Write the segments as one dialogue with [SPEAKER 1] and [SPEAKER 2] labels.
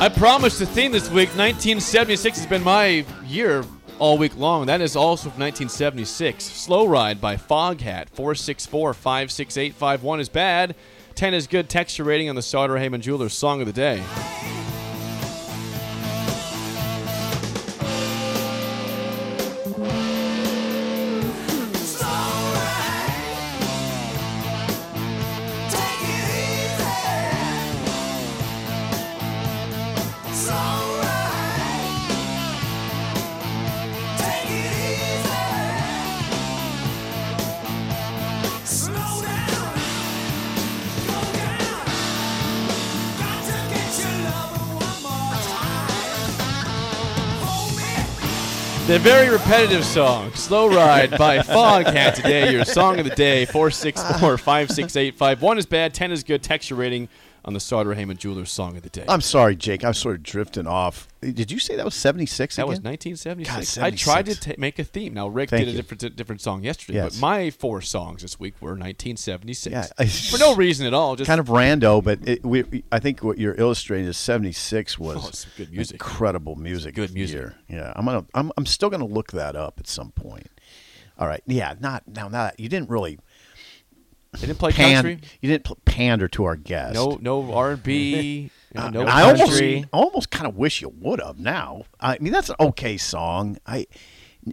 [SPEAKER 1] I promised the theme this week. 1976 has been my year all week long. That is also from 1976. Slow Ride by Foghat. 464 568 51 is bad. 10 is good. Texture rating on the Sauter Heyman Jewelers Song of the Day. The very repetitive song, Slow Ride by Foghat today, your song of the day, 464 568 51 is bad. 10 is good. Texture rating on the Sauter Heyman Jewelers Song of the Day.
[SPEAKER 2] I'm sorry, Jake. I'm sort of drifting off. Did you say that was 76
[SPEAKER 1] That
[SPEAKER 2] again?
[SPEAKER 1] was 1976.
[SPEAKER 2] God,
[SPEAKER 1] I tried to
[SPEAKER 2] 76.
[SPEAKER 1] ta make a theme. Now Rick
[SPEAKER 2] Thank
[SPEAKER 1] did a
[SPEAKER 2] you.
[SPEAKER 1] different different song yesterday,
[SPEAKER 2] Yes.
[SPEAKER 1] but my four songs this week were 1976
[SPEAKER 2] Yeah, I-
[SPEAKER 1] for no reason at all. Just
[SPEAKER 2] kind of rando, but it, we, we- I think what you're illustrating is '76 was
[SPEAKER 1] Oh, it's good music.
[SPEAKER 2] incredible music,
[SPEAKER 1] good music.
[SPEAKER 2] year. Yeah, I'm gonna, I'm, I'm still gonna look that up at some point. All right, yeah, not now, not you didn't really
[SPEAKER 1] they didn't play
[SPEAKER 2] pan,
[SPEAKER 1] country.
[SPEAKER 2] you didn't pl- pander to our guest.
[SPEAKER 1] No, no R and B.
[SPEAKER 2] Uh,
[SPEAKER 1] No
[SPEAKER 2] and I almost,
[SPEAKER 1] country.
[SPEAKER 2] I almost kind of wish you would have. Now, I mean, that's an okay song. I,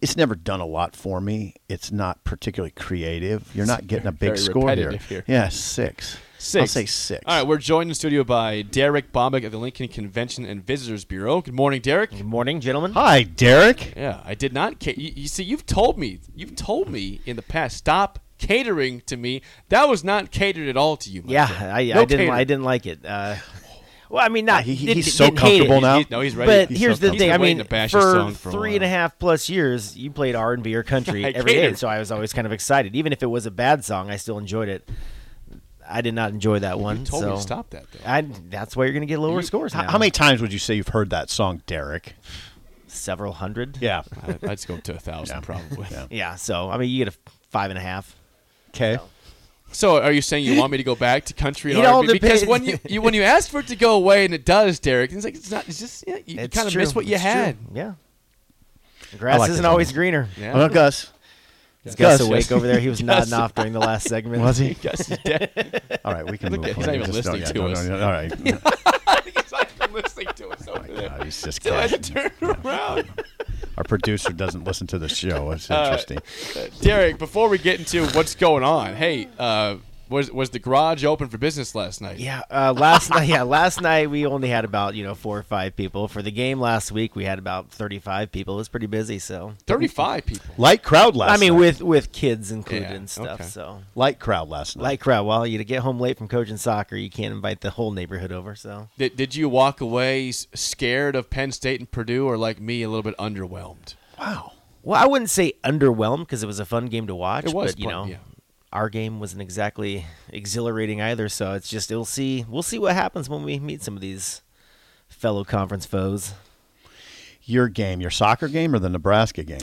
[SPEAKER 2] it's never done a lot for me. It's not particularly creative. You're not getting a big
[SPEAKER 1] Very
[SPEAKER 2] score here.
[SPEAKER 1] repetitive here.
[SPEAKER 2] Yeah, six.
[SPEAKER 1] Six.
[SPEAKER 2] I'll say six.
[SPEAKER 1] All right, we're joined in studio by Derek Bobick of the Lincoln Convention and Visitors Bureau. Good morning, Derek.
[SPEAKER 3] Good morning, gentlemen.
[SPEAKER 2] Hi, Derek.
[SPEAKER 1] Yeah, I did not. Ca- you, you see, you've told me, you've told me in the past, stop catering to me. That was not catered at all to you. my
[SPEAKER 3] Yeah, I,
[SPEAKER 1] friend. No
[SPEAKER 3] I didn't.
[SPEAKER 1] catering.
[SPEAKER 3] I didn't like it. Uh, well, I mean, not
[SPEAKER 2] He- he-
[SPEAKER 3] didn't-
[SPEAKER 2] he's so
[SPEAKER 3] didn't hate it,
[SPEAKER 2] comfortable now.
[SPEAKER 1] No, he's ready.
[SPEAKER 3] But
[SPEAKER 1] He's
[SPEAKER 3] here's the
[SPEAKER 2] so comfortable.
[SPEAKER 3] thing.
[SPEAKER 1] He's
[SPEAKER 3] I
[SPEAKER 1] been waiting
[SPEAKER 3] mean,
[SPEAKER 1] to bash his
[SPEAKER 3] for
[SPEAKER 1] song for a
[SPEAKER 3] three and a
[SPEAKER 1] while.
[SPEAKER 3] half plus years, you played R and B or country
[SPEAKER 1] I
[SPEAKER 3] every day,
[SPEAKER 1] catered.
[SPEAKER 3] so I was always kind of excited, even if it was a bad song. I still enjoyed it. I did not enjoy that one.
[SPEAKER 1] You told
[SPEAKER 3] so
[SPEAKER 1] me to stop that. Though.
[SPEAKER 3] I, that's why you're going to get lower scores.
[SPEAKER 2] How,
[SPEAKER 3] now.
[SPEAKER 2] how many times would you say you've heard that song, Derek?
[SPEAKER 3] Several hundred.
[SPEAKER 2] Yeah.
[SPEAKER 1] I- I'd go up to a thousand
[SPEAKER 2] Yeah.
[SPEAKER 1] probably.
[SPEAKER 2] Yeah.
[SPEAKER 3] Yeah. So I mean, you get a five and a half.
[SPEAKER 2] Okay.
[SPEAKER 1] So, are you saying you want me to go back to country and
[SPEAKER 3] It all
[SPEAKER 1] R&B? Because
[SPEAKER 3] depends.
[SPEAKER 1] when you, you when you ask for it to go away and it does, Derek, it's like it's not. It's just yeah, you
[SPEAKER 3] It's
[SPEAKER 1] kind of
[SPEAKER 3] true.
[SPEAKER 1] miss what you
[SPEAKER 3] It's true.
[SPEAKER 1] had.
[SPEAKER 3] Yeah. The grass
[SPEAKER 2] like
[SPEAKER 3] isn't
[SPEAKER 2] that
[SPEAKER 3] always
[SPEAKER 2] song.
[SPEAKER 3] greener.
[SPEAKER 1] Yeah.
[SPEAKER 2] Well, Gus.
[SPEAKER 3] Is Gus
[SPEAKER 2] Uh-huh. Gus.
[SPEAKER 3] awake over there? He was nodding off during the last segment.
[SPEAKER 2] Was he?
[SPEAKER 1] Yes, he's dead.
[SPEAKER 2] All right, we can
[SPEAKER 1] Look
[SPEAKER 2] move
[SPEAKER 1] at-
[SPEAKER 2] on.
[SPEAKER 1] he's not even
[SPEAKER 2] Just- no,
[SPEAKER 1] listening
[SPEAKER 2] yeah,
[SPEAKER 1] to
[SPEAKER 2] no, no,
[SPEAKER 1] us.
[SPEAKER 2] no, all right. Oh
[SPEAKER 1] he's not even listening to us over
[SPEAKER 2] God,
[SPEAKER 1] there.
[SPEAKER 2] he's just
[SPEAKER 1] So I had to
[SPEAKER 2] cashing.
[SPEAKER 1] turn around.
[SPEAKER 2] Our producer doesn't listen to the show. It's interesting.
[SPEAKER 1] Derek, before we get into what's going on, hey, uh, was was the garage open for business last night?
[SPEAKER 3] Yeah, uh, last night. Yeah, last night we only had about you know four or five people for the game. Last week we had about thirty-five people. It was pretty busy. So
[SPEAKER 1] thirty-five people.
[SPEAKER 2] Light crowd last
[SPEAKER 3] I mean,
[SPEAKER 2] night.
[SPEAKER 3] with with kids included
[SPEAKER 1] Yeah,
[SPEAKER 3] and stuff.
[SPEAKER 1] okay.
[SPEAKER 3] So
[SPEAKER 2] light crowd last night.
[SPEAKER 3] light crowd. Well, you to get home late from coaching soccer, you can't invite the whole neighborhood over. So
[SPEAKER 1] Did, did you walk away s- scared of Penn State and Purdue, or like me, a little bit underwhelmed?
[SPEAKER 2] Wow.
[SPEAKER 3] well, I wouldn't say underwhelmed because it was a fun game to watch.
[SPEAKER 1] It was
[SPEAKER 3] but, you
[SPEAKER 1] fun,
[SPEAKER 3] know.
[SPEAKER 1] yeah.
[SPEAKER 3] Our game wasn't exactly exhilarating either, so it's just we'll see we'll see what happens when we meet some of these fellow conference foes.
[SPEAKER 2] your game, your soccer game, or the Nebraska game?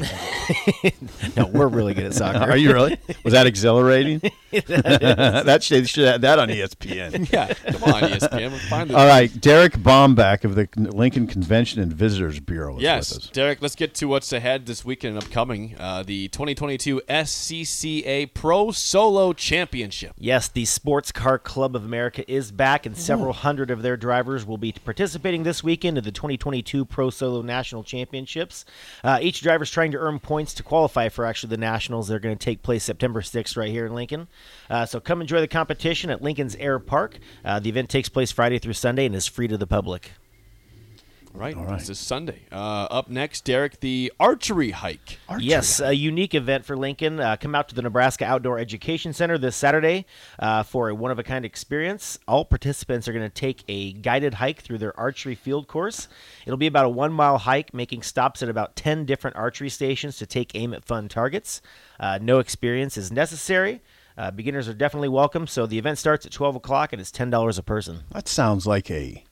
[SPEAKER 3] No, we're really good at soccer.
[SPEAKER 2] Are you really? Was that exhilarating? that should, should have that on E ESPN.
[SPEAKER 1] Yeah, come on, E ESPN. we'll Find the
[SPEAKER 2] All right, Derek Bomback of the Lincoln Convention and Visitors Bureau is with
[SPEAKER 1] Yes,
[SPEAKER 2] us.
[SPEAKER 1] Derek, let's get to what's ahead this weekend and upcoming. Uh, the 2022 SCCA Pro Solo Championship.
[SPEAKER 3] Yes, the Sports Car Club of America is back, and several hundred of their drivers will be participating this weekend in the 2022 Pro Solo National Championships. Uh, each driver's trying to earn points to qualify for actually the Nationals. They're going to take place September 6th right here in Lincoln. Uh, so come enjoy the competition at Lincoln's Air Park. Uh, the event takes place Friday through Sunday and is free to the public.
[SPEAKER 1] Right,
[SPEAKER 2] right.
[SPEAKER 1] this is Sunday. Uh, up next, Derek, the archery hike.
[SPEAKER 3] Yes, a unique event for Lincoln. Uh, come out to the Nebraska Outdoor Education Center this Saturday uh, for a one of a kind experience. All participants are going to take a guided hike through their archery field course. It'll be about a one mile hike, making stops at about 10 different archery stations to take aim at fun targets. Uh, no experience is necessary. Uh, beginners are definitely welcome. So the event starts at 12 o'clock and it's $10 a person.
[SPEAKER 2] That sounds like a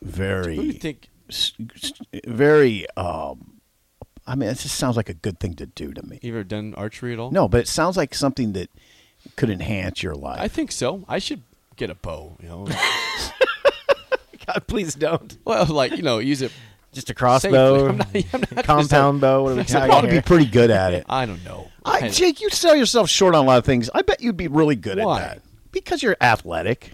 [SPEAKER 2] very
[SPEAKER 1] Who do you think?
[SPEAKER 2] s- s- very um I mean, it just sounds like a good thing to do to me.
[SPEAKER 1] You ever done archery at all?
[SPEAKER 2] No, but it sounds like something that could enhance your life.
[SPEAKER 1] I think so. I should get a bow. You know,
[SPEAKER 3] God, please don't.
[SPEAKER 1] well, like you know, use it.
[SPEAKER 3] Just a crossbow,
[SPEAKER 1] I'm not- I'm not gonna
[SPEAKER 3] compound bow. What are we
[SPEAKER 2] you
[SPEAKER 3] talking
[SPEAKER 2] ought to be
[SPEAKER 3] here?
[SPEAKER 2] pretty good at it.
[SPEAKER 1] I don't know.
[SPEAKER 2] I, Jake, you sell yourself short on a lot of things. I bet you'd be really good
[SPEAKER 1] Why?
[SPEAKER 2] at that because you're athletic.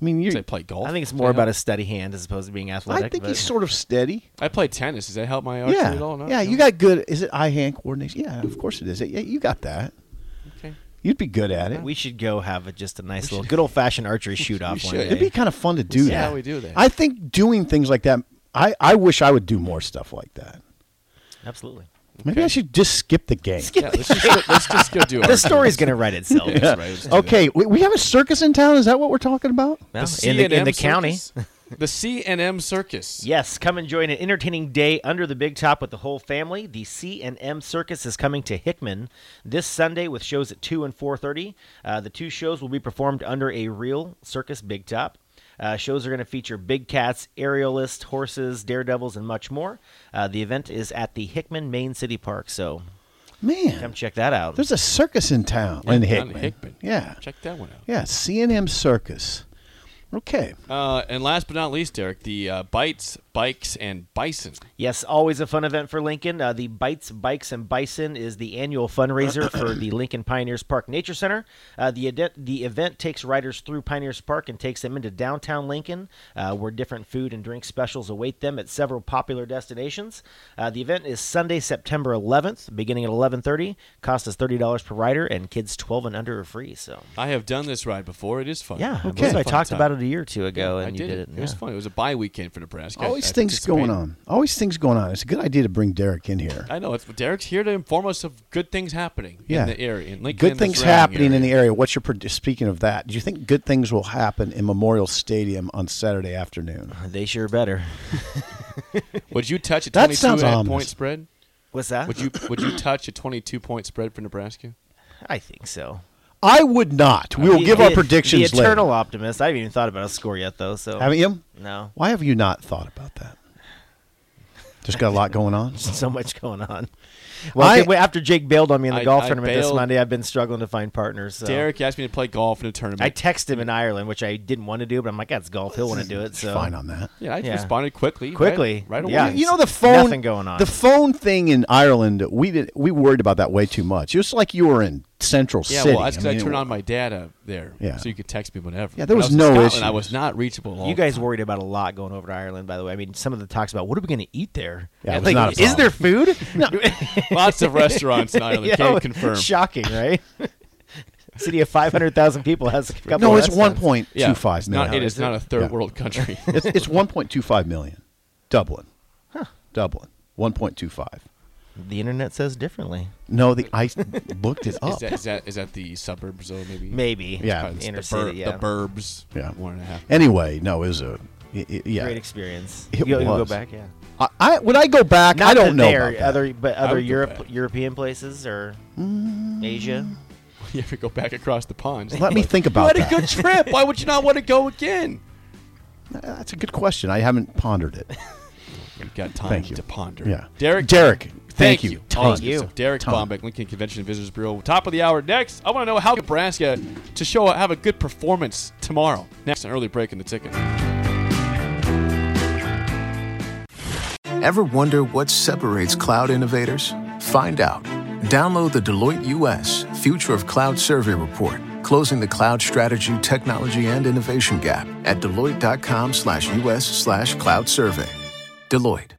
[SPEAKER 2] I mean, you.
[SPEAKER 1] Does I play golf.
[SPEAKER 3] I think it's
[SPEAKER 1] Does
[SPEAKER 3] more
[SPEAKER 1] that
[SPEAKER 3] about a
[SPEAKER 1] help?
[SPEAKER 3] steady hand as opposed to being athletic.
[SPEAKER 2] I think
[SPEAKER 3] but-
[SPEAKER 2] he's sort of steady.
[SPEAKER 1] I play tennis. Does that help my archery
[SPEAKER 2] Yeah,
[SPEAKER 1] at all? No?
[SPEAKER 2] yeah.
[SPEAKER 1] No?
[SPEAKER 2] You got good. Is it eye hand coordination? Yeah, of course it is. Yeah, you got that.
[SPEAKER 1] Okay.
[SPEAKER 2] You'd be good at it.
[SPEAKER 3] We should go have a, just a nice little good old fashioned archery shoot off one
[SPEAKER 1] should.
[SPEAKER 3] day.
[SPEAKER 2] It'd be kind of fun to do
[SPEAKER 1] see
[SPEAKER 2] that.
[SPEAKER 1] how we do that.
[SPEAKER 2] I think doing things like that. I, I wish I would do more stuff like that.
[SPEAKER 3] Absolutely.
[SPEAKER 2] Maybe I should just skip the game.
[SPEAKER 1] Yeah, let's, just go, let's just go do it.
[SPEAKER 3] The story's going to write itself.
[SPEAKER 2] Okay, we, we have a circus in town. Is that what we're talking about?
[SPEAKER 3] Well, in the, in the county.
[SPEAKER 1] The C and M Circus.
[SPEAKER 3] Yes, come enjoy an entertaining day under the big top with the whole family. The C and M Circus is coming to Hickman this Sunday with shows at two and four thirty. Uh, the two shows will be performed under a real circus big top. Uh, shows are going to feature big cats, aerialists, horses, daredevils, and much more. Uh, the event is at the Hickman Main City Park, so come
[SPEAKER 2] Man,
[SPEAKER 3] check that out.
[SPEAKER 2] there's a circus in town
[SPEAKER 1] down
[SPEAKER 2] in
[SPEAKER 1] in
[SPEAKER 2] Hickman.
[SPEAKER 1] Hickman.
[SPEAKER 2] Yeah,
[SPEAKER 1] Check that one out.
[SPEAKER 2] yeah. C and M Circus. Okay,
[SPEAKER 1] Uh, and last but not least, Derek, the uh, Bites, Bikes, and Bison.
[SPEAKER 3] Yes, always a fun event for Lincoln. Uh, the Bites, Bikes, and Bison is the annual fundraiser for the Lincoln Pioneers Park Nature Center. Uh, the, ade- the event takes riders through Pioneers Park and takes them into downtown Lincoln, uh, where different food and drink specials await them at several popular destinations. Uh, the event is Sunday, September 11th, beginning at 11:30. Cost is thirty dollars per rider, and kids 12 and under are free. So,
[SPEAKER 1] I have done this ride before. It is fun.
[SPEAKER 3] yeah, I
[SPEAKER 1] It was
[SPEAKER 3] believe
[SPEAKER 1] a
[SPEAKER 3] I
[SPEAKER 1] fun
[SPEAKER 3] talked
[SPEAKER 1] time.
[SPEAKER 3] about it a year or two ago,
[SPEAKER 1] I
[SPEAKER 3] and you did it.
[SPEAKER 1] It was
[SPEAKER 3] yeah.
[SPEAKER 1] fun. It was a bye weekend for Nebraska. I-
[SPEAKER 2] always
[SPEAKER 1] I
[SPEAKER 2] things going
[SPEAKER 1] participated.
[SPEAKER 2] on. Always things going on. It's a good idea to bring Derek in here.
[SPEAKER 1] I know. It's, Derek's here to inform us of good things happening
[SPEAKER 2] yeah,
[SPEAKER 1] in the area. In Lincoln
[SPEAKER 2] good
[SPEAKER 1] and the
[SPEAKER 2] things
[SPEAKER 1] surrounding
[SPEAKER 2] happening
[SPEAKER 1] area.
[SPEAKER 2] in the area. What's your pred- speaking of that? Do you think good things will happen in Memorial Stadium on Saturday afternoon?
[SPEAKER 3] They sure better.
[SPEAKER 1] Would you touch a
[SPEAKER 2] That
[SPEAKER 1] 22
[SPEAKER 2] sounds
[SPEAKER 1] and a half
[SPEAKER 2] ominous.
[SPEAKER 1] point spread?
[SPEAKER 3] What's that?
[SPEAKER 1] Would you would you touch a 22 point spread for Nebraska?
[SPEAKER 3] I think so.
[SPEAKER 2] I would not. We will
[SPEAKER 3] The-
[SPEAKER 2] give our
[SPEAKER 3] the-
[SPEAKER 2] predictions
[SPEAKER 3] The eternal
[SPEAKER 2] later.
[SPEAKER 3] optimist. I haven't even thought about a score yet, though. So
[SPEAKER 2] Haven't you?
[SPEAKER 3] no,
[SPEAKER 2] Why have you not thought about that? There's got a lot going on.
[SPEAKER 3] so much going on. Well, I,
[SPEAKER 2] I-
[SPEAKER 3] think- wait, after Jake bailed on me in the
[SPEAKER 1] I-
[SPEAKER 3] golf
[SPEAKER 1] I
[SPEAKER 3] tournament this
[SPEAKER 1] bailed.
[SPEAKER 3] Monday, I've been struggling to find partners. So.
[SPEAKER 1] Derek asked me to play golf in a tournament.
[SPEAKER 3] I texted him in Ireland, which I didn't want to do, but I'm like, that's golf. He'll want to do it. So
[SPEAKER 2] Fine on that.
[SPEAKER 1] yeah, I
[SPEAKER 3] yeah.
[SPEAKER 1] responded quickly. right-
[SPEAKER 3] Quickly,
[SPEAKER 1] Right, away.
[SPEAKER 3] yeah.
[SPEAKER 2] You know the phone
[SPEAKER 3] Nothing going on.
[SPEAKER 2] The phone thing in Ireland, we did we worried about that way too much. It was like you were in Central
[SPEAKER 1] Yeah,
[SPEAKER 2] City.
[SPEAKER 1] well, that's because I,
[SPEAKER 2] mean, it
[SPEAKER 1] turned
[SPEAKER 2] wa-
[SPEAKER 1] on my data there,
[SPEAKER 2] Yeah.
[SPEAKER 1] so you could text me whenever.
[SPEAKER 2] Yeah, there
[SPEAKER 1] When
[SPEAKER 2] was
[SPEAKER 1] I in
[SPEAKER 2] no
[SPEAKER 1] Scotland, I
[SPEAKER 2] issues.
[SPEAKER 1] was not reachable. all
[SPEAKER 3] you
[SPEAKER 1] the
[SPEAKER 3] guys
[SPEAKER 1] time.
[SPEAKER 3] worried about a lot going over to Ireland, by the way. I mean, some of the talks about what are we going to eat there?
[SPEAKER 2] Yeah,
[SPEAKER 3] And
[SPEAKER 2] it was not a
[SPEAKER 3] is there food? no,
[SPEAKER 1] lots of restaurants in Ireland. Can't confirm.
[SPEAKER 3] Shocking, right? City of 500,000 people has a couple.
[SPEAKER 2] No,
[SPEAKER 3] of
[SPEAKER 2] it's one
[SPEAKER 3] restaurants.
[SPEAKER 2] point
[SPEAKER 1] Yeah,
[SPEAKER 2] two five
[SPEAKER 1] it's not-
[SPEAKER 2] million.
[SPEAKER 1] it is not a third
[SPEAKER 2] Yeah.
[SPEAKER 1] world country.
[SPEAKER 2] It's, it's one point two five million. Dublin, Dublin, one point two five.
[SPEAKER 3] The internet says differently.
[SPEAKER 2] No, the I looked it
[SPEAKER 1] is,
[SPEAKER 2] up.
[SPEAKER 1] that, is that is that the suburbs though? Maybe
[SPEAKER 3] Maybe.
[SPEAKER 2] Yeah.
[SPEAKER 1] Probably
[SPEAKER 3] Inner
[SPEAKER 1] the,
[SPEAKER 3] city,
[SPEAKER 1] bur-
[SPEAKER 3] yeah.
[SPEAKER 1] the burbs.
[SPEAKER 2] Yeah.
[SPEAKER 1] one and a half.
[SPEAKER 2] Anyway, no, it was a i- i- yeah.
[SPEAKER 3] Great experience.
[SPEAKER 2] It
[SPEAKER 3] you, you go
[SPEAKER 2] was.
[SPEAKER 3] back, yeah.
[SPEAKER 2] I, I would I go back. I
[SPEAKER 3] that
[SPEAKER 2] don't know
[SPEAKER 3] there,
[SPEAKER 2] about that.
[SPEAKER 3] other but other
[SPEAKER 1] would go
[SPEAKER 3] Europe
[SPEAKER 1] back.
[SPEAKER 3] European places or
[SPEAKER 2] Mm.
[SPEAKER 3] Asia.
[SPEAKER 1] You ever go back across the pond?
[SPEAKER 2] Let me
[SPEAKER 1] Like,
[SPEAKER 2] think
[SPEAKER 1] You
[SPEAKER 2] about
[SPEAKER 1] had
[SPEAKER 2] that.
[SPEAKER 1] a good trip. Why would you not want to go again?
[SPEAKER 2] That's a good question. I haven't pondered it.
[SPEAKER 1] got time
[SPEAKER 2] Thank you.
[SPEAKER 1] to ponder.
[SPEAKER 2] Yeah.
[SPEAKER 1] Derek.
[SPEAKER 2] Derek, thank you.
[SPEAKER 3] Thank
[SPEAKER 1] Tons of
[SPEAKER 3] you.
[SPEAKER 1] stuff. Derek
[SPEAKER 2] Ton.
[SPEAKER 1] Bombeck, Lincoln Convention and Visitors Bureau. Top of the hour. Next, I want to know how Nebraska to show have a good performance tomorrow. Next, an early break in the ticket.
[SPEAKER 4] Ever wonder what separates cloud innovators? Find out. Download the Deloitte US Future of Cloud Survey Report, closing the cloud strategy, technology, and innovation gap at deloitte.com/us/cloud survey. Deloitte.